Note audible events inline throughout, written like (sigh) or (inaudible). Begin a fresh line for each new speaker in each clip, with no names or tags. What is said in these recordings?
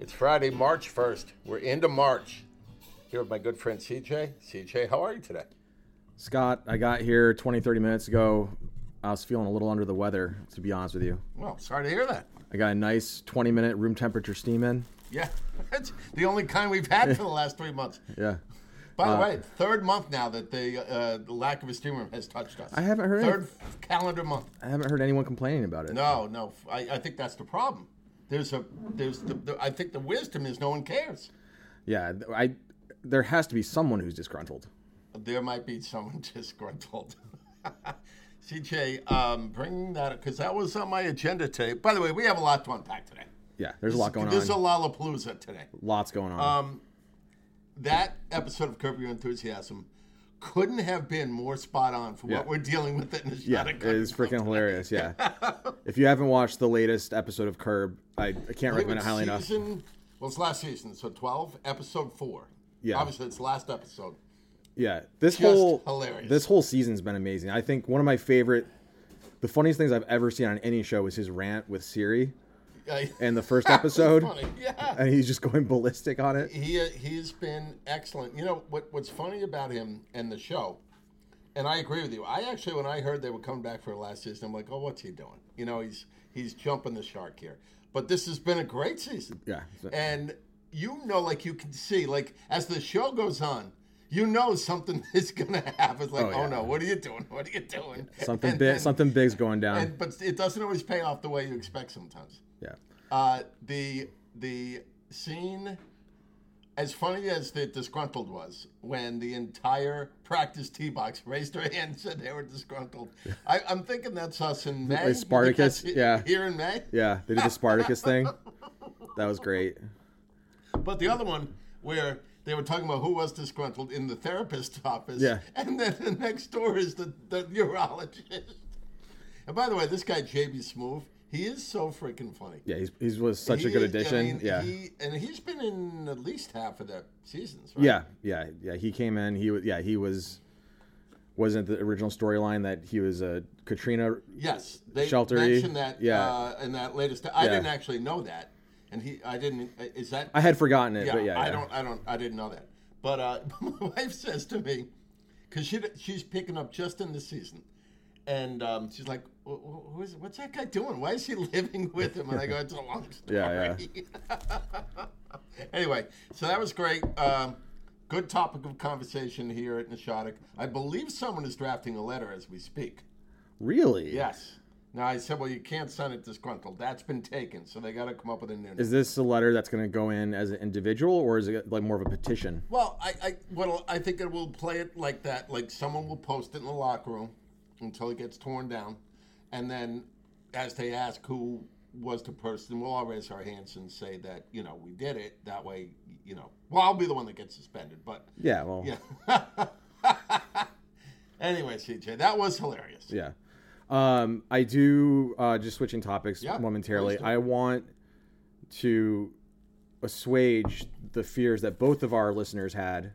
It's Friday, March 1st. We're into March. Here with my good friend CJ. CJ, how are you today?
Scott, I got here 20, 30 minutes ago. I was feeling a little under the weather, to be honest with you.
Well, sorry to hear that.
I got a nice 20 minute room temperature steam in.
Yeah, (laughs) that's the only kind we've had for the last three months.
Yeah.
By
Uh,
the way, third month now that the, uh, the lack of a steam room has touched us.
I haven't heard
Third calendar month.
I haven't heard anyone complaining about it.
No, no. I, I think that's the problem. There's a there's the, the I think the wisdom is no one cares.
Yeah, th- I there has to be someone who's disgruntled.
There might be someone (laughs) disgruntled. CJ, um, bring that up because that was on my agenda today. By the way, we have a lot to unpack today.
Yeah, there's a lot going
There's
on.
a um, Lollapalooza today.
Lots going on.
That episode of Curb Your Enthusiasm couldn't have been more spot on for
Yeah.
what we're dealing with in the
yeah,
shot of
it is freaking hilarious.
(laughs)
Yeah. if you haven't watched the latest episode of Curb, I, I can't recommend it highly enough.
season, Well, it's last season, so 12, episode 4.
Yeah.
Obviously, it's last episode.
Yeah, this
Just
whole
hilarious.
this whole season's been amazing. I think one of my favorite, the funniest things I've ever seen on any show is his rant with Siri
Uh,
in
(laughs)
the first
that's
episode,
funny, Yeah.
and he's just going ballistic on it.
he he's been excellent. You know what what's funny about him and the show, and I agree with you. I actually when I heard they were coming back for the last season, I'm like, oh, what's he doing? You know, he's he's jumping the shark here. But this has been a great season.
Yeah.
And you know, like you can see, like as the show goes on, you know something (laughs) is gonna happen. It's like, oh,
Oh, yeah.
no, what are you doing? What are you doing?
Something
And-
big,
and-
something big's going down.
And, but it doesn't always pay off the way you expect sometimes.
yeah.
Uh, the the scene, as funny as the disgruntled was, when the entire practice tee box (laughs) raised their hand and said they were disgruntled. I, I'm thinking that's us in May. You think
Spartacus,
that's he-
yeah.
Here in May.
Yeah, they did the
(laughs)
Spartacus thing. That was great.
But the other one where they were talking about who was disgruntled in the therapist's office.
Yeah.
(laughs) And then the next door is the, the urologist. And by the way, this guy JB Smoove, he is so freaking funny.
Yeah, he's, he was such a
He
good
is- I
addition.
mean,
yeah.
He, and he's been in at least half of the seasons, right?
yeah, yeah, yeah. He came in. He was. Yeah, he was. Wasn't the original storyline that he was a Katrina?
Yes. They
Sheltery,
mentioned that
yeah.
uh, in that latest. I
Yeah.
didn't actually know that. And he, I didn't, is that?
I had forgotten it,
yeah,
but yeah,
I
yeah.
don't, I don't, I didn't know that. But uh, (laughs) my wife says to me, because she she's picking up just in the season, and um, she's like, "Wh- wh- who is, "What's that guy doing? Why is he (laughs) living with him?" And I go, "It's a long story."
(laughs)
(laughs)
Yeah,
anyway, so that was great. Um, good topic of conversation here at Nishotic. I believe someone is drafting a letter as we speak.
Really?
Yes. Now I said, "Well, you can't send it disgruntled. That's been taken, so they got to come up with a new." name.
Is this a letter that's going to go in as an individual, or is it like more of a petition?
Well, I, I well, I think it will play it like that. Like someone will post it in the locker room until it gets torn down, and then as they ask who was the person, we'll all raise our hands and say that you know we did it. That way, you know, well, I'll be the one that gets suspended. But
Yeah. Well.
yeah. (laughs) anyway, CJ, that was hilarious.
Yeah. Um, I do uh, just switching topics
Yeah,
momentarily.
please do.
I want to assuage the fears that both of our listeners had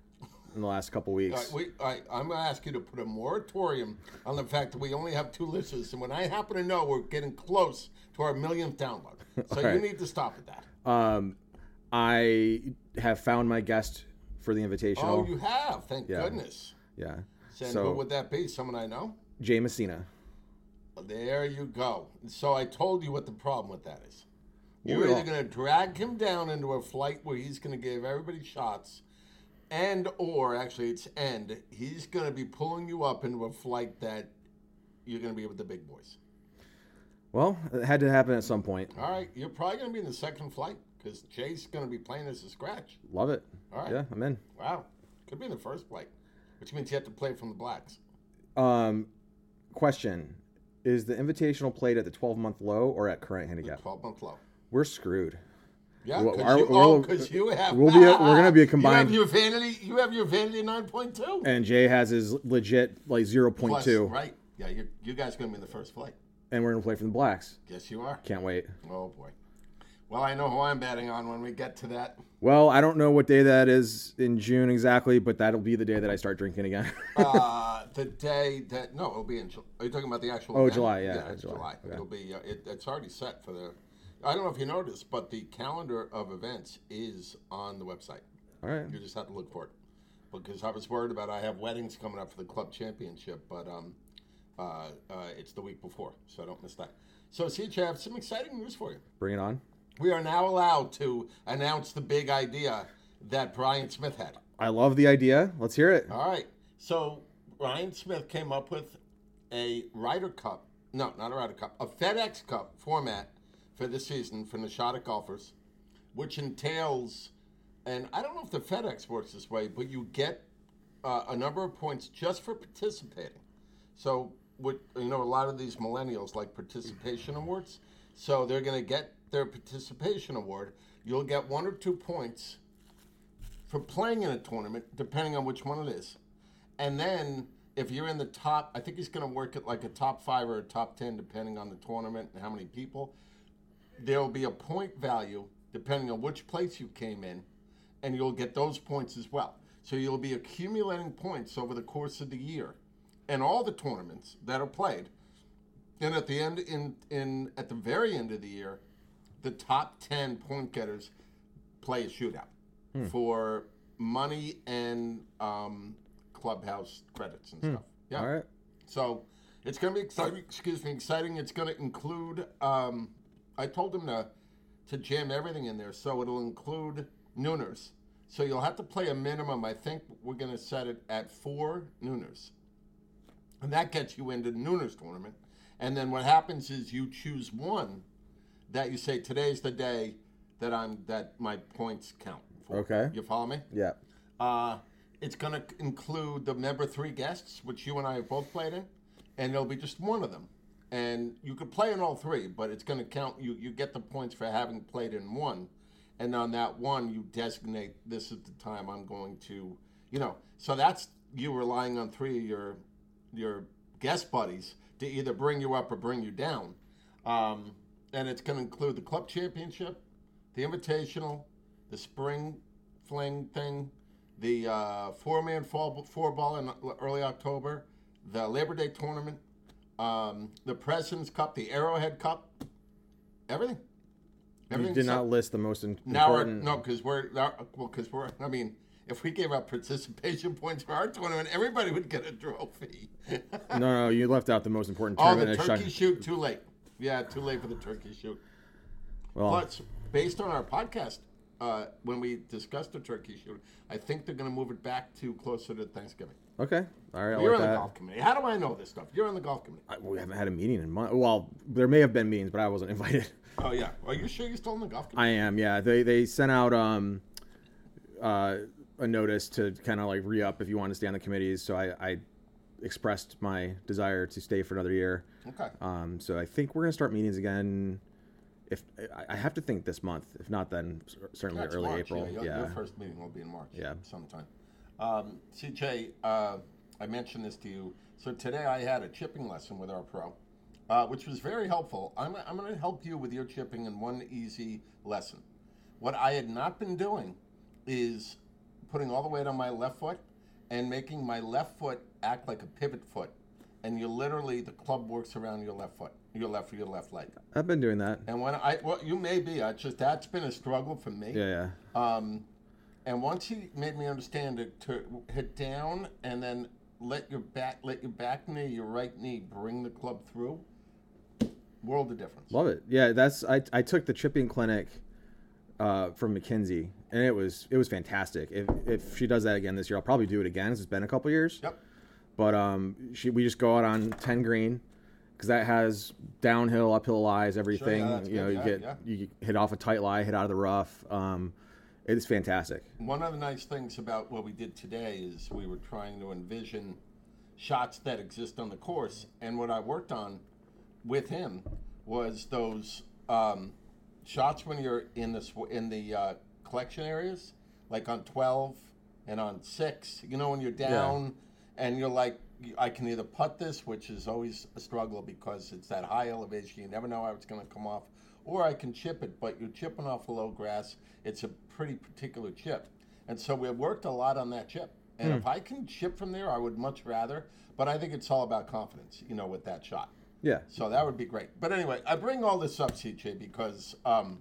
in the last couple weeks.
All right, we, all right, I'm going to ask you to put a moratorium on the fact that we only have two listeners, and when I happen to know we're getting close to our millionth download, so you
right.
need to stop at that.
um, I have found my guest for the invitational.
Oh, you have. Thank
Yeah.
goodness.
yeah.
And who
so
would that be? Someone I know?
Jay Messina.
There you go. So I told you what the problem with that is. You're
Well-
either going to drag him down into a flight where he's going to give everybody shots, and or actually it's and he's going to be pulling you up into a flight that you're going to be with the big boys.
Well, it had to happen at some point.
All right, you're probably going to be in the second flight because Jay's going to be playing as a scratch.
Love it.
All right.
Yeah, I'm in.
Wow, could be in the first flight, which means you have to play from the blacks.
Um, question: Is the invitational played at the 12 month low or at current handicap?
Twelve month low.
We're screwed.
Yeah,
Well,
'cause
our-
you,
we'll-
oh, 'cause you have.
we'll be a- we're gonna be a
(laughs)
combined-
You have your vanity. You have your vanity nine point two.
and Jay has his legit like zero point two,
Right. Yeah, you you guys gonna be in the first flight.
and we're gonna play for the Blacks.
Yes, you are.
Can't wait.
Oh boy. Well, I know who I'm betting on when we get to
(laughs)
that.
Well, I don't know what day that is in June exactly, but that'll be the day that I start drinking again. (laughs)
Uh, the day that no, it'll be in. Ju- Are you talking about the actual?
Oh,
event?
July, yeah,
it's July.
July, okay.
It'll be. Uh, it, it's already set for the I don't know if you noticed, but the calendar of events is on the website.
All right.
You just have to look for it. Because I was worried about I have weddings coming up for the club championship, but um, uh, uh, it's the week before, so don't miss that. So, CJ, I have some exciting news for you.
Bring it on.
We are now allowed to announce the big idea that Brian Smith had.
I love the idea. Let's hear it.
All right. So Ryan Smith came up with a Ryder Cup, no, not a Ryder Cup, a FedEx Cup format for this season for Nashada golfers, which entails, and I don't know if the FedEx works this way, but you get uh, a number of points just for participating. So, what you know, a lot of these millennials like participation awards. So they're going to get their participation award. You'll get one or two points for playing in a tournament, depending on which one it is. And then if you're in the top, I think he's going to work at like a top five or a top 10, depending on the tournament and how many people. There'll be a point value depending on which place you came in, and you'll get those points as well. So you'll be accumulating points over the course of the year and all the tournaments that are played. Then at the end, in, in at the very end of the year, the top 10 point getters play a shootout
Hmm.
for money and um, clubhouse credits and stuff. Yeah.
Hmm. All right.
So it's going to be exciting. Excuse me, exciting. It's going to include. Um, I told them to to jam everything in there, so it'll include nooners. So you'll have to play a minimum. I think we're going to set it at four nooners, and that gets you into the nooners tournament. And then what happens is you choose one that you say today's the day that I'm that my points count. For.
Okay.
you follow me?
Yeah.
Uh, it's going to include the member three guests, which you and I have both played in, and there'll be just one of them. And you could play in all three, but it's going to count. You you get the points for having played in one, and on that one, you designate this is the time I'm going to, you know. So that's you relying on three of your your guest buddies to either bring you up or bring you down. Um, and it's going to include the club championship, the invitational, the spring fling thing, the uh, four man fall four ball in early October, the Labor Day tournament, um, the President's Cup, the Arrowhead Cup, everything.
You
Everything
did
except-
not list the most im-
now we're,
important.
no, because we're now, well, because we're. I mean, if we gave out participation points for our tournament, everybody would get a
(laughs)
trophy.
no, no, you left out the most important
oh,
tournament.
the
that
turkey
shot-
shoot too late. Yeah, too late for the turkey shoot.
Well,
Plus, based on our podcast, uh, when we discussed the turkey shoot, I think they're going to move it back to closer to Thanksgiving.
okay. All right. I
You're on
like
the
that.
golf committee. How do I know this stuff? You're on the golf committee.
I- we haven't had a meeting in months. Well, there may have been meetings, but I wasn't (laughs) invited.
Oh yeah. Are you sure you're still on the golf committee?
I am. Yeah. They they sent out um uh a notice to kind of like re up if you want to stay on the committees. So I I expressed my desire to stay for another year.
okay.
Um, so I think we're gonna start meetings again. If I- I have to think this month, if not then cer- certainly
That's
early
March,
April.
Yeah,
Yeah,
your, your first meeting will be in March.
Yeah.
Sometime. Um, CJ, uh, I mentioned this to you. So today I had a chipping lesson with our pro, uh, which was very helpful. I'm, I'm going to help you with your chipping in one easy lesson. What I had not been doing is putting all the weight on my left foot and making my left foot act like a pivot foot. And you literally, the club works around your left foot, your left, your left leg.
I've been doing that.
And when I, well, you may be, I just, that's been a struggle for me.
Yeah, yeah.
Um, and once he made me understand it, to hit down and then let your back, let your back knee, your right knee, bring the club through. World of difference.
Love it. Yeah, that's I, I took the chipping clinic uh, from McKinsey, and it was it was fantastic. If if she does that again this year, I'll probably do it again. 'cause It's been a couple years.
Yep.
But um, she, we just go out on ten green because that has downhill, uphill lies, everything.
that's
you
good.
know, you
Yeah,
get
yeah.
you hit off a tight lie, hit out of the rough. Um, it is fantastic.
One of the nice things about what we did today is we were trying to envision shots that exist on the course, and what I worked on with him was those um, shots when you're in the sw- in the uh, collection areas, like on twelve and on six. You know when you're down and you're like, I can either putt this, which is always a struggle because it's that high elevation. You never know how it's going to come off, or I can chip it, but you're chipping off a low grass. It's a pretty particular chip, and so we worked a lot on that chip. And if I can chip from there, I would much rather. But I think it's all about confidence, you know, with that shot.
Yeah.
So that would be great. But anyway, I bring all this up, CJ, because um,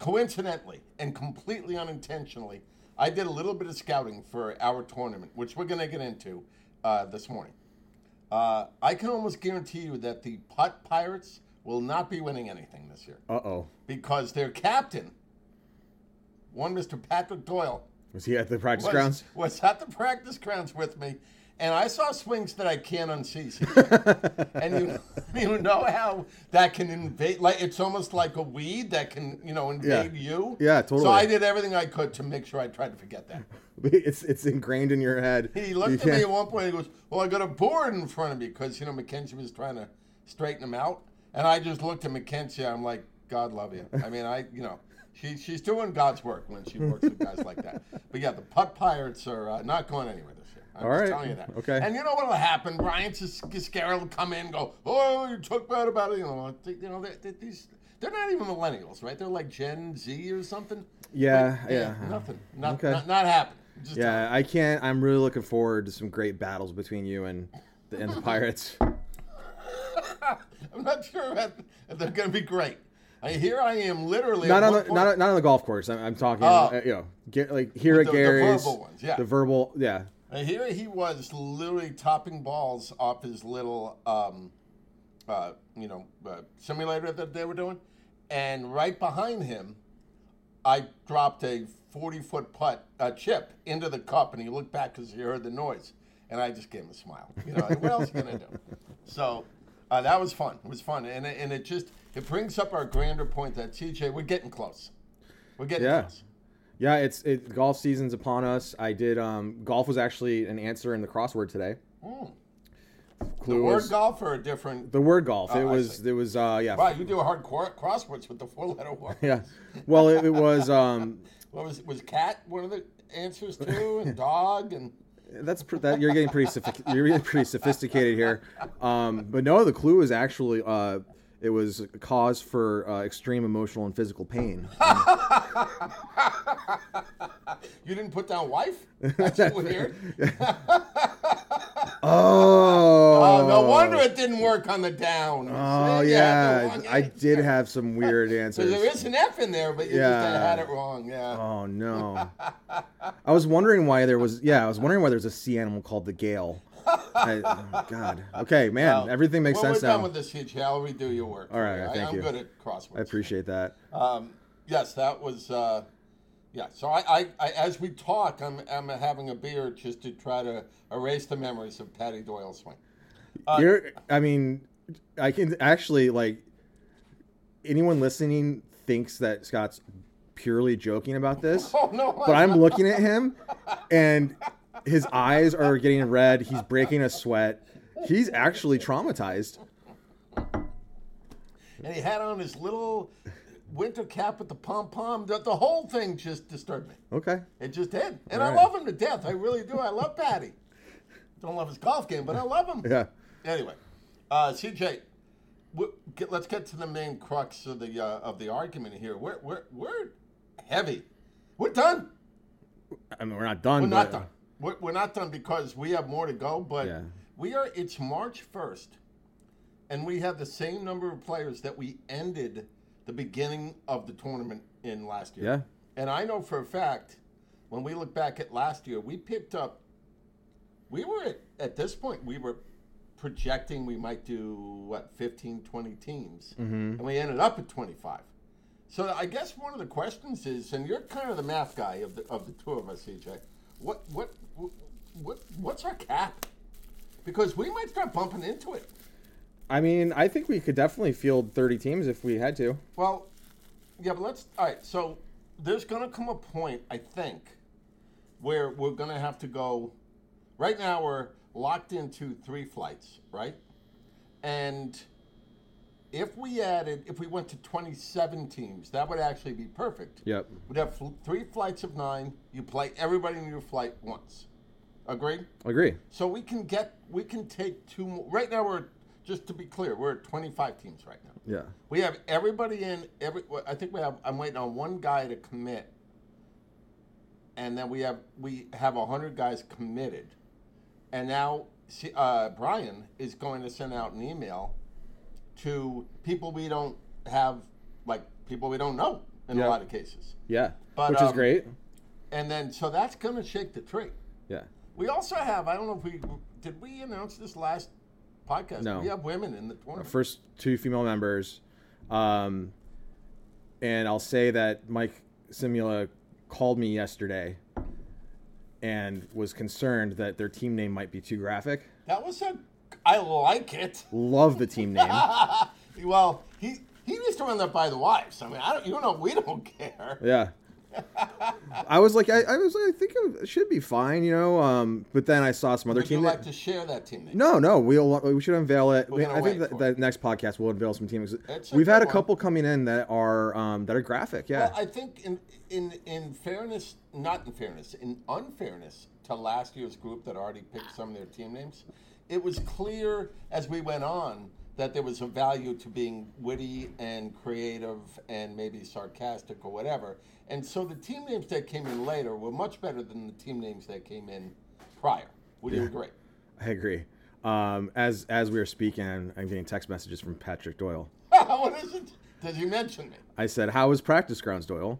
coincidentally and completely unintentionally, I did a little bit of scouting for our tournament, which we're going to get into uh, this morning. Uh, I can almost guarantee you that the Putt Pirates will not be winning anything this year
Uh oh.
because their captain, one Mr. Patrick Doyle,
Was he at the practice
was,
grounds? (laughs)
was at the practice grounds with me, and I saw swings that I can't
(laughs)
unsee. CJ. and you, (laughs) you know how that can invade, like it's almost like a weed that can, you know, invade you.
Yeah,
So
totally.
I did everything I could to make sure I tried to forget that.
It's it's ingrained in your head.
He
You
looked at me
can't-
at one point and he goes, Well, I got a board in front of me because, you know, Mackenzie was trying to straighten him out. And I just looked at Mackenzie. I'm like, God love you. I mean, I, you know, she, she's doing God's work when she works with guys like that. But yeah, the putt pirates are uh, not going anywhere this year. I'm
All
just
right.
telling you that.
Okay.
And you know what'll happen? Brian Cis- Cascara will come in and go, Oh, you talk bad about it. You know, th- you know they they- these, they're not even millennials, right? They're like Gen Z or something.
Yeah,
Like,
yeah.
Nothing. Not,
Okay.
not, not happening. Just telling you.
Yeah, I can't. I'm really looking forward to some great battles between you and
(laughs)
the, and the pirates.
I'm not sure about they're going to be great. I, here I am, literally.
Not
at
on
one
the
point-
not, not on the golf course. I'm, I'm talking.
Oh.
uh, you know, get, like here at
The- the
Gary's.
verbal ones, yeah.
The verbal. Yeah.
uh, here he was, literally topping balls off his little, um, uh, you know, uh, simulator that they were doing, and right behind him, I dropped a 40-foot putt, uh, chip into the cup, and he looked back because he heard the noise, and I just gave him a smile. You know, what else can I do? So. Uh, that was fun. It was fun, and it- and it just it brings up our grander point that TJ we're getting close. We're getting
Yeah.
close.
Yeah, it's it, golf season's upon us. I did um golf was actually an answer in the crossword today.
Mm.
Clue
the
was
word golf or a different.
the word golf.
Oh,
it
I
was
see.
there was uh yeah.
Wow, you do hard cor- crosswords with the four-letter word.
(laughs) Yeah. Well, it, it was um
What was was cat one of the answers too, and dog, and
that's pr- that you're getting pretty sophi- you're getting pretty sophisticated here. Um but no, the clue is actually uh it was a cause for uh, extreme emotional and
(laughs)
physical pain.
you didn't put down wife. That's
(laughs)
weird.
oh.
Oh, no wonder it didn't work on the down.
Oh
See, you had the
yeah,
wrong
I
answer.
did have
(laughs)
some weird
So there
answers.
is an F in there, but you
Yeah.
just had it wrong. Yeah. (laughs)
Oh no. I was wondering why there was yeah, I was wondering why there's a sea animal called
(laughs)
the gale. I, oh, God. Okay, man, Um, everything makes
when
sense
we're done
now.
with this, CJ, I'll redo your work.
All right,
I,
thank
I'm
you.
good at crosswords.
I appreciate that.
Um, yes, that was. Uh, yeah, so I, I, I, as we talk, I'm, I'm having a beer just to try to erase the memories of Patty Doyle's swing. Uh,
You're I mean, I can actually like anyone listening thinks that Scott's purely joking about this,
(laughs) Oh no!
but I'm looking at him and his eyes are getting red, he's breaking a sweat. He's actually traumatized.
and he had on his little winter cap with the pom pom. The, the whole thing just disturbed me.
Okay.
It just did, and I
Right.
love him to death. I really do. I love Patty. Don't love his golf game, but I love him.
Yeah.
Anyway, uh, CJ, w- get, let's get to the main crux of the uh, of the argument here. We're we're we're heavy. We're done.
I mean, we're not done.
We're
but,
not done. We're, we're not done because we have more to go. But
Yeah.
we are. It's March first, and we have the same number of players that we ended the beginning of the tournament in last year.
Yeah.
And I know for a fact, when we look back at last year, we picked up. We were at, at this point. We were projecting we might do what 15 20 teams and we ended up at 25 so i guess one of the questions is and you're kind of the math guy of the, of the two of us cj what what what what's our cap because we might start bumping into it
I mean, I think we could definitely field 30 teams if we had to.
Well, yeah, but let's. All right, so there's going to come a point, I think, where we're going to have to go. Right now, we're locked into three flights, right? And if we added, if we went to 27 teams, that would actually be perfect.
Yep.
We'd have fl- three flights of nine. You play everybody in your flight once. Agreed?
Agree.
So we can get, we can take two more. Right now, we're, just to be clear, we're at 25 teams right now.
Yeah.
We have everybody in. Every well, I think we have. I'm waiting on one guy to commit, and then we have we have hundred guys committed, and now she, uh, Brian is going to send out an email to people we don't have, like people we don't know in
Yeah.
a lot of cases.
Yeah,
But,
which is
um,
great.
And then, so that's going to shake the tree.
Yeah,
We also have, I don't know if we, did we announce this last podcast?
No.
We have women in the tournament.
first two female members, um, and I'll say that Mike Simula called me yesterday and was concerned that their team name might be too graphic.
That was a, I like it.
Love the team name.
(laughs) well, he, he needs to run that by the wives. I mean, I don't, you know, we don't care.
Yeah. I was like, I, I was like, I think it should be fine, you know. Um, but then I saw some other
Would you
team.
like
na-
to share that team name?
no, no, we'll we should unveil it.
We're gonna
I think
wait
that
for
the next podcast will unveil some teams.
It's a
We've had
good
a
one.
couple coming in that are um, that are graphic. Yeah,
Well, I think in in in fairness, not in fairness, in unfairness to last year's group that already picked some of their team names, it was clear as we went on that there was a value to being witty and creative and maybe sarcastic or whatever. And so the team names that came in later were much better than the team names that came in prior. Would you agree?
I agree. Um, as as we were speaking, I'm getting text messages from Patrick Doyle.
(laughs) what is it? Did you mention me?
I said, "How is practice
(laughs)
grounds, Doyle?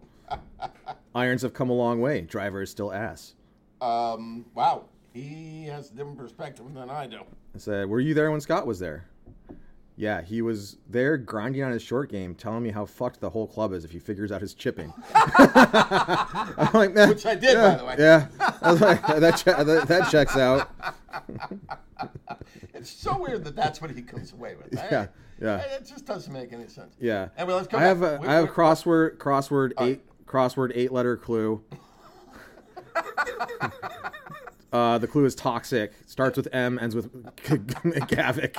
Irons have come a long way. Driver is still ass."
Um, wow, he has a different perspective than I do.
I said, "Were you there when Scott was there?" Yeah, he was there grinding on his short game, telling me how fucked the whole club is if he figures out his chipping.
(laughs)
(laughs) I'm like, "Nah,
Which I did,
yeah,
by the way.
Yeah, I was like, that, che- that that checks out.
It's so weird that that's what he comes away with. I-
(laughs) Yeah, yeah.
I- It just doesn't make any sense.
Yeah.
Anyway, let's go
I
back.
have a
We-
I have a
we-
crossword crossword eight crossword eight letter
(laughs)
clue. uh, the clue is toxic. Starts with M, ends with (laughs) g- g- gavic.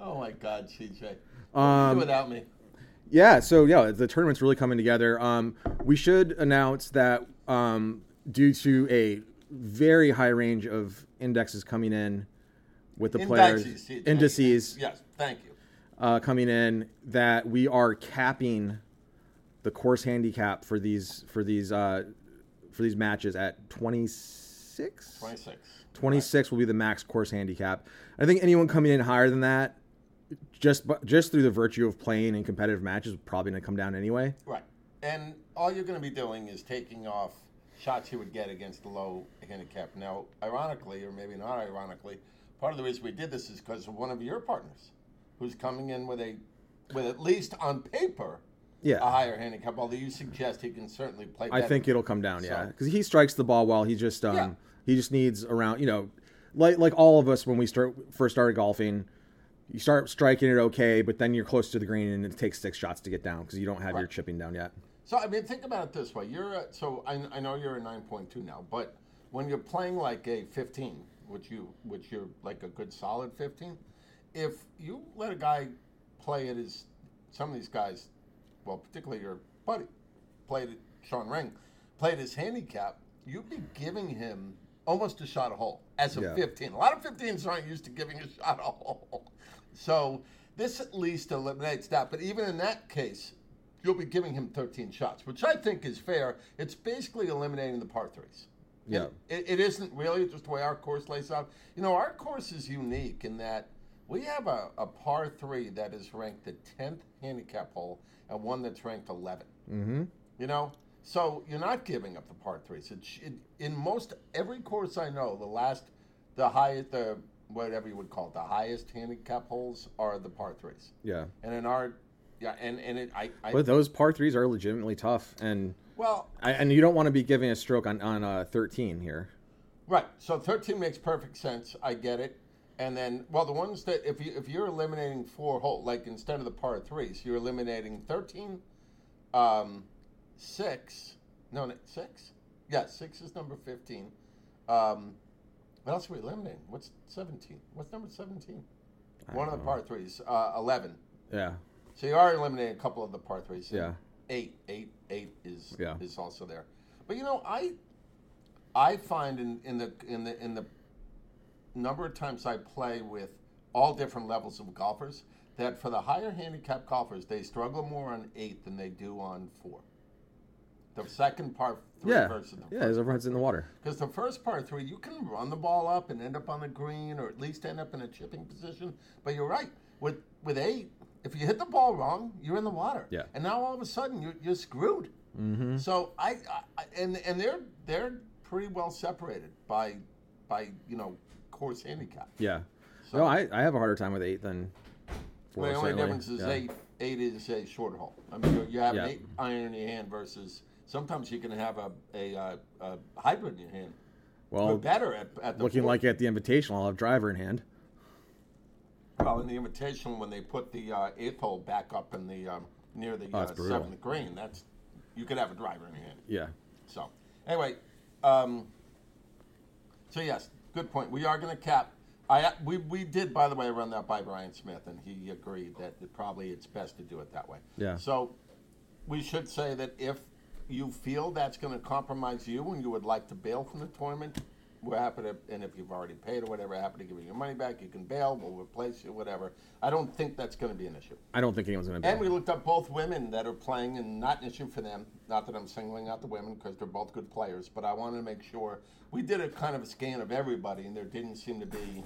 Oh my God, CJ.
Um,
do without me.
Yeah, so yeah, the tournament's really coming together. Um, we should announce that um, due to a very high range of indexes coming in with the
Indices.
players
CJ.
indices
Yes, thank you.
uh, coming in that we are capping the course handicap for these for these uh, for these matches at 26
Twenty-six.
26 will be the max course handicap. I think anyone coming in higher than that just bu- just through the virtue of playing in competitive matches probably going to come down anyway.
Right. And all you're going to be doing is taking off shots you would get against the low handicap. Now, ironically, or maybe not ironically, part of the reason we did this is because of one of your partners, who's coming in with a, with at least on paper,
Yeah.
a higher handicap. Although you suggest he can certainly play.
I
better.
think it'll come down, yeah,
So-
because he strikes the ball well. He just um,
Yeah.
he just needs around, you know, like like all of us when we start first started golfing, you start striking it okay, but then you're close to the green and it takes six shots to get down because you don't have your
Right.
chipping down yet.
So I mean, think about it this way: you're a, so I, I know you're a nine point two now, but when you're playing like a fifteen, which you which you're like a good solid fifteen, if you let a guy play at his some of these guys, well, particularly your buddy, played at Sean Ring, played his handicap, you'd be giving him almost a shot a hole as a
Yeah.
15. A lot of 15s aren't used to giving a (laughs) shot a hole. So this at least eliminates that. But even in that case, you'll be giving him 13 shots, which I think is fair. It's basically eliminating the par threes. It-
Yeah.
It, it isn't really just the way our course lays out. You know, our course is unique in that we have a, a par three that is ranked the 10th handicap hole and one that's ranked 11.
Mm-hmm.
You know, so you're not giving up the par threes. It, it, in most every course I know, the last, the highest, the whatever you would call it, the highest handicap holes are the par threes.
Yeah,
And in our, yeah, and and it, I, I
but those par threes are legitimately tough, and
well,
I, and you don't want to be giving a stroke on on uh, 13 here.
right. So 13 makes perfect sense. I get it. And then, well, the ones that if you if you're eliminating four hole, like instead of the par threes, you're eliminating 13, um, six. No, no, six. Yeah, six is number 15. Um, what else are we eliminating? What's 17? What's number 17?
I
One of
don't
the
know.
par threes, uh, 11.
Yeah,
So you are eliminating a couple of the par threes.
Yeah.
Eight, eight, eight is
Yeah.
is also there. But you know, I I find in, in the in the in the number of times I play with all different levels of golfers that for the higher handicap golfers they struggle more on eight than they do on four. The second par three
Yeah,
versus the
yeah, as everyone's in the water.
Because the first par three, you can run the ball up and end up on the green, or at least end up in a chipping position. But you're right. With with eight, if you hit the ball wrong, you're in the water.
Yeah.
And now all of a sudden, you're, you're screwed. Mm-hmm. So I, I I- and and they're they're pretty well separated by by you know course handicap.
Yeah. no, I, I have a harder time with eight than four.
the only
certainly.
difference is
Yeah.
eight eight is a short hole. I mean, you- you have
Yeah.
an eight iron in your hand versus sometimes you can have a a, uh a hybrid in your hand. We're
Well,
better at, at the
looking
four-
like at the invitation, I'll have driver in hand.
Well, in the invitation, when they put the uh, eighth hole back up in the um, near the
Oh,
uh,
it's brutal.
seventh green, that's you could have a driver in your hand.
Yeah.
So anyway, um, so yes, good point. We are going to cap. I we, we did by the way run that by Brian Smith, and he agreed that it probably it's best to do it that way.
Yeah.
So we should say that if you feel that's going to compromise you and you would like to bail from the tournament, we're happy to. And if you've already paid or whatever, happy to give you your money back. You can bail. We'll replace you. Whatever. I don't think that's going to be an issue.
I don't think anyone's going to
And
be.
we looked up both women that are playing, and not an issue for them. Not that I'm singling out the women because they're both good players, but I wanted to make sure we did a kind of a scan of everybody, and there didn't seem to be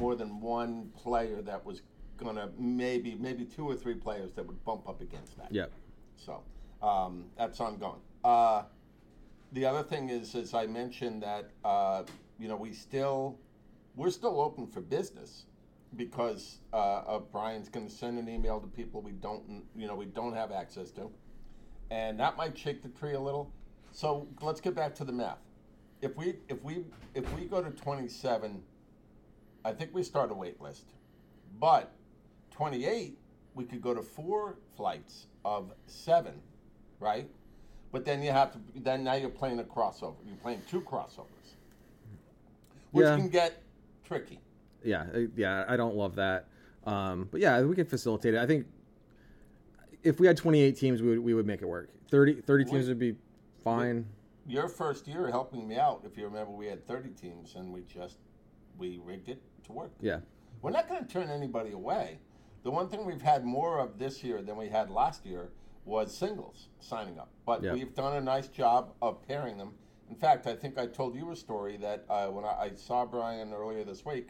more than one player that was gonna maybe maybe two or three players that would bump up against that.
Yep.
So um, that's ongoing. Uh, the other thing is, as I mentioned, that uh, you know we still we're still open for business because uh, of Brian's going to send an email to people we don't you know we don't have access to, and that might shake the tree a little. So let's get back to the math. If we if we if we go to twenty seven, I think we start a wait list, but twenty eight we could go to four flights of seven, right? But then you have to. Then now you're playing a crossover. You're playing two crossovers, which
Yeah.
can get tricky.
Yeah. I- Yeah. I don't love that. Um, but yeah, we can facilitate it. I think if we had 28 teams, we would, we would make it work. 30, 30 teams
We-
would be fine.
Your first year helping me out, if you remember, we had 30 teams and we just we rigged it to work.
Yeah.
We're not going to turn anybody away. The one thing we've had more of this year than we had last year was singles signing up. But
Yeah.
we've done a nice job of pairing them. In fact, I think I told you a story that uh, when I, I saw Brian earlier this week,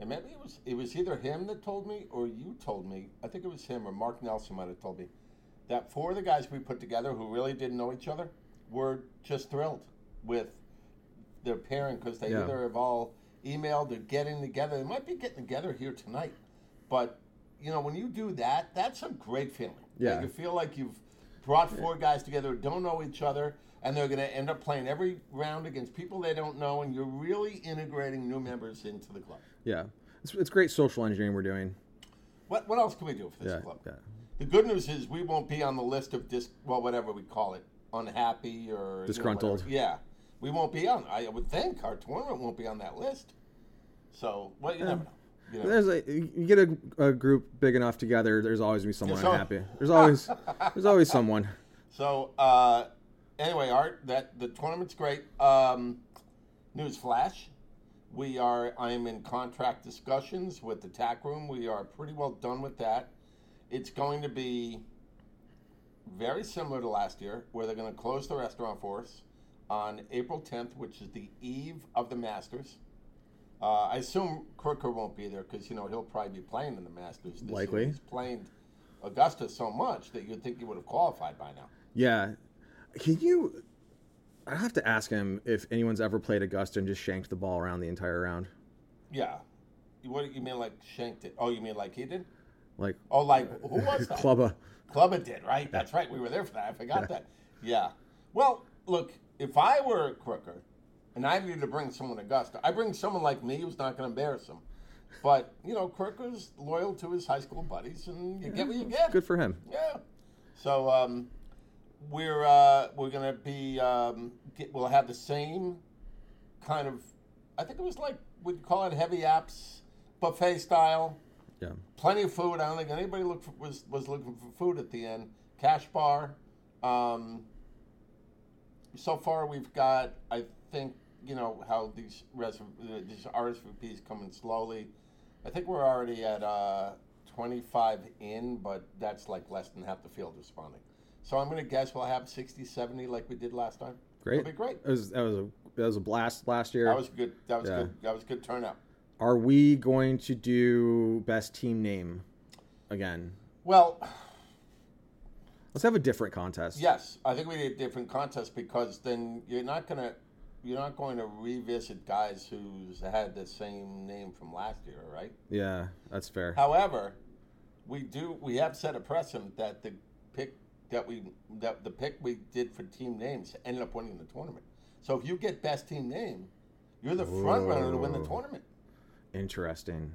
and maybe it was it was either him that told me or you told me. I think it was him or Mark Nelson might have told me that four of the guys we put together who really didn't know each other were just thrilled with their pairing because they
Yeah.
either have all emailed or getting together. They might be getting together here tonight, but you know when you do that, that's a great feeling. Like,
Yeah.
you feel like you've brought four guys together who don't know each other. And they're going to end up playing every round against people they don't know, and you're really integrating new members into the club.
Yeah. It's, it's great social engineering we're doing.
What, what else can we do for this
Yeah.
club?
Yeah.
The good news is we won't be on the list of dis well whatever we call it unhappy or you know,
Disgruntled.
whatever. yeah, we won't be on. I would think our tournament won't be on that list. So well, you never know. You never
There's a you get a, a group big enough together. There's always gonna be someone
There's al-
unhappy.
(laughs)
There's always there's always someone.
So uh, anyway, Art, that the tournament's great. Um, news flash: we are. I am in contract discussions with the tack room. We are pretty well done with that. It's going to be very similar to last year, where they're going to close the restaurant for us on April 10th, which is the eve of the Masters. Uh, I assume Crooker won't be there because you know he'll probably be playing in the Masters. This year.
Likely.
he's playing Augusta so much that you'd think he would have qualified by now.
Yeah. Can you? I have to ask him if anyone's ever played Augusta and just shanked the ball around the entire round.
Yeah. You- What you mean like shanked it? Oh, you mean like he did?
Like
Oh, like who was that?
clubba.
Clubber did, right? That's right. We were there for that. I forgot that. Yeah. Well, look, if I were Crooker and I needed to bring someone Augusta, I bring someone like me who's not going to embarrass him. But you know, Crooker's loyal to his high school buddies, and you get what you get.
Good for him.
Yeah. So um, we're uh, we're gonna be um, get, we'll have the same kind of I think it was like we'd call it heavy apps buffet style.
Yeah.
Plenty of food. I don't think anybody looked for, was was looking for food at the end. Cash bar. Um, so far we've got I think you know how these res- these RSVPs come in slowly. I think we're already at uh, 25 in, but that's like less than half the field responding. So I'm going to guess we'll have 60, 70 like we did last time.
Great.
That'd be great.
That was that was a that was a blast last year.
That was good. That was
Yeah.
good. That was good turnout.
Are we going to do best team name again?
Well,
Let's have a different contest.
yes, I think we need a different contest because then you're not going to you're not going to revisit guys who's had the same name from last year, right?
Yeah, that's fair.
However, we do we have set a precedent that the pick that we that the pick we did for team names ended up winning the tournament. So if you get best team name, you're the front runner to win the
Whoa.
tournament.
Interesting.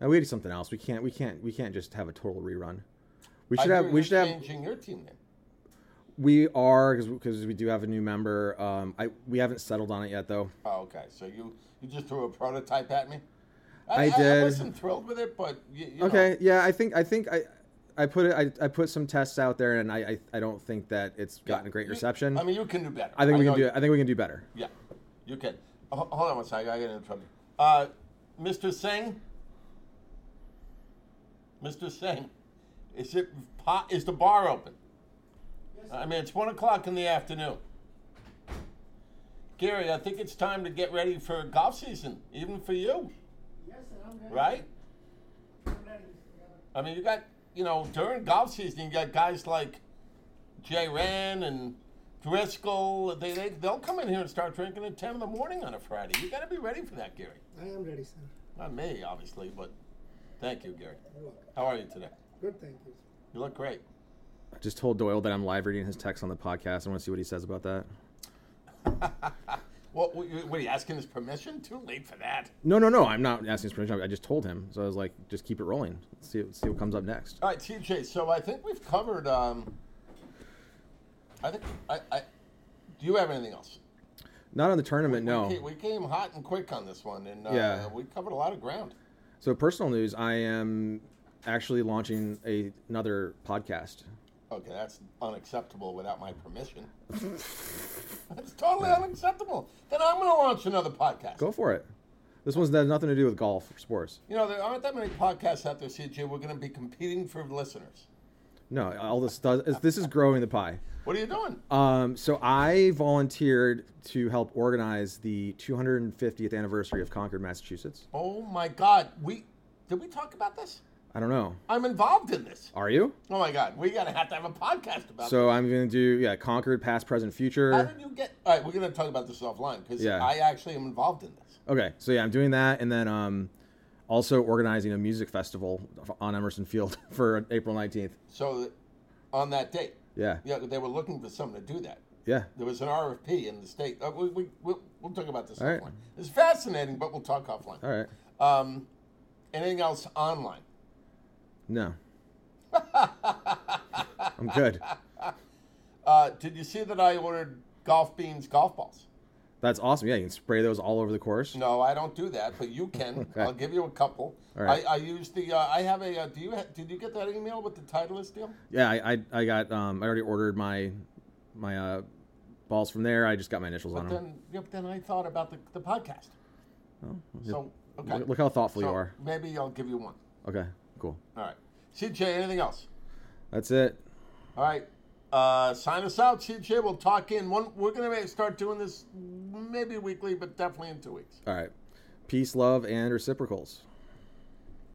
Now we do something else. We can't. We can't. We can't just have a total rerun. We should
I
have.
hear
We
you're
should have.
changing your team name.
We are because we do have a new member. Um, I we haven't settled on it yet though.
Oh, okay. So you you just threw a prototype at me.
I
I,
did.
wasn't thrilled with it, but you, you know,
Okay. Yeah. I think. I think. I. I put it. I, I put some tests out there, and I, I. I don't think that it's gotten a great
you-
reception.
I mean, you can do better.
I think we
know
can do.
you-
I think we can do better.
Yeah, you can. Oh, Ho- Hold on one second. I got in trouble. Uh, Mr. Singh. Mr. Singh, is it po- is the bar open? I mean, it's one o'clock in the afternoon. Gary, I think it's time to get ready for golf season, even for you,
Yes, and I'm ready.
right?
I'm ready, Mr. Governor.
I mean, you got you know during golf season, you got guys like Jay Ran and Driscoll. They, they they'll come in here and start drinking at ten in the morning on a Friday. You got to be ready for that, Gary.
I am ready, sir.
Not me, obviously, but thank you, Gary.
You're welcome.
How are you today?
Good, thank you. sir.
You look great.
I just told Doyle that I'm live reading his text on the podcast. I want to see what he says about that.
What, what, you- what are you asking his permission? Too late for that.
No, no, no. I'm not asking his permission. I just told him. So I was like, just keep it rolling. Let's see. Let's see what comes up next.
All right, TJ. So I think we've covered. Um, I think I, I. Do you have anything else?
Not on the tournament. No.
We came, we came hot and quick on this one, and uh,
Yeah.
we covered a lot of ground.
So personal news, I am actually launching a, another podcast.
Okay, that's unacceptable without my permission. that's totally unacceptable. Then I'm going to launch another podcast.
Go for it. This one's has nothing to do with golf or sports.
You know, there aren't that many podcasts out there, CJ. We're going to be competing for listeners.
No, all this does is this is growing the pie.
What are you doing?
Um, so I volunteered to help organize the 250th anniversary of Concord, Massachusetts.
Oh my God, we did we talk about this?
I don't know.
I'm involved in this.
Are you?
Oh my God, we gotta have to have a podcast about
So I'm gonna do yeah, Concord, past, present,
this. How
future.
did you get? All right, we're gonna talk about this offline because
Yeah.
I actually am involved in this.
Okay, so yeah, I'm doing that, and then um, also organizing a music festival on Emerson Field (laughs) for April 19th.
So, that- on that date,
Yeah,
yeah, they were looking for someone to do that.
yeah.
There was an RFP in the state. Uh, we, we, we'll, we'll talk about this
All right.
offline. It's fascinating, but we'll talk offline.
All right.
Um, anything else online?
No. I'm good.
Uh, did you see that I ordered golf beans golf balls?
That's awesome. Yeah, you can spray those all over the course.
No, I don't do that, but you
(laughs)
can. I'll give you a couple.
All right.
I, I use the. Uh, I have a. Uh, do you ha- did you get that email with the Titleist deal?
Yeah, I, I, I got um I already ordered my my uh balls from there. I just got my initials on
But
them.
then, yep, then I thought about the, the podcast. so okay,
Oh, Look, look how thoughtful
So
you are.
Maybe I'll give you one.
Okay, cool.
All right, CJ. Anything else?
That's it.
All right, uh, sign us out, CJ. We'll talk in one. We're gonna ma- start doing this maybe weekly, but definitely in two weeks.
All right. Peace, love, and reciprocals.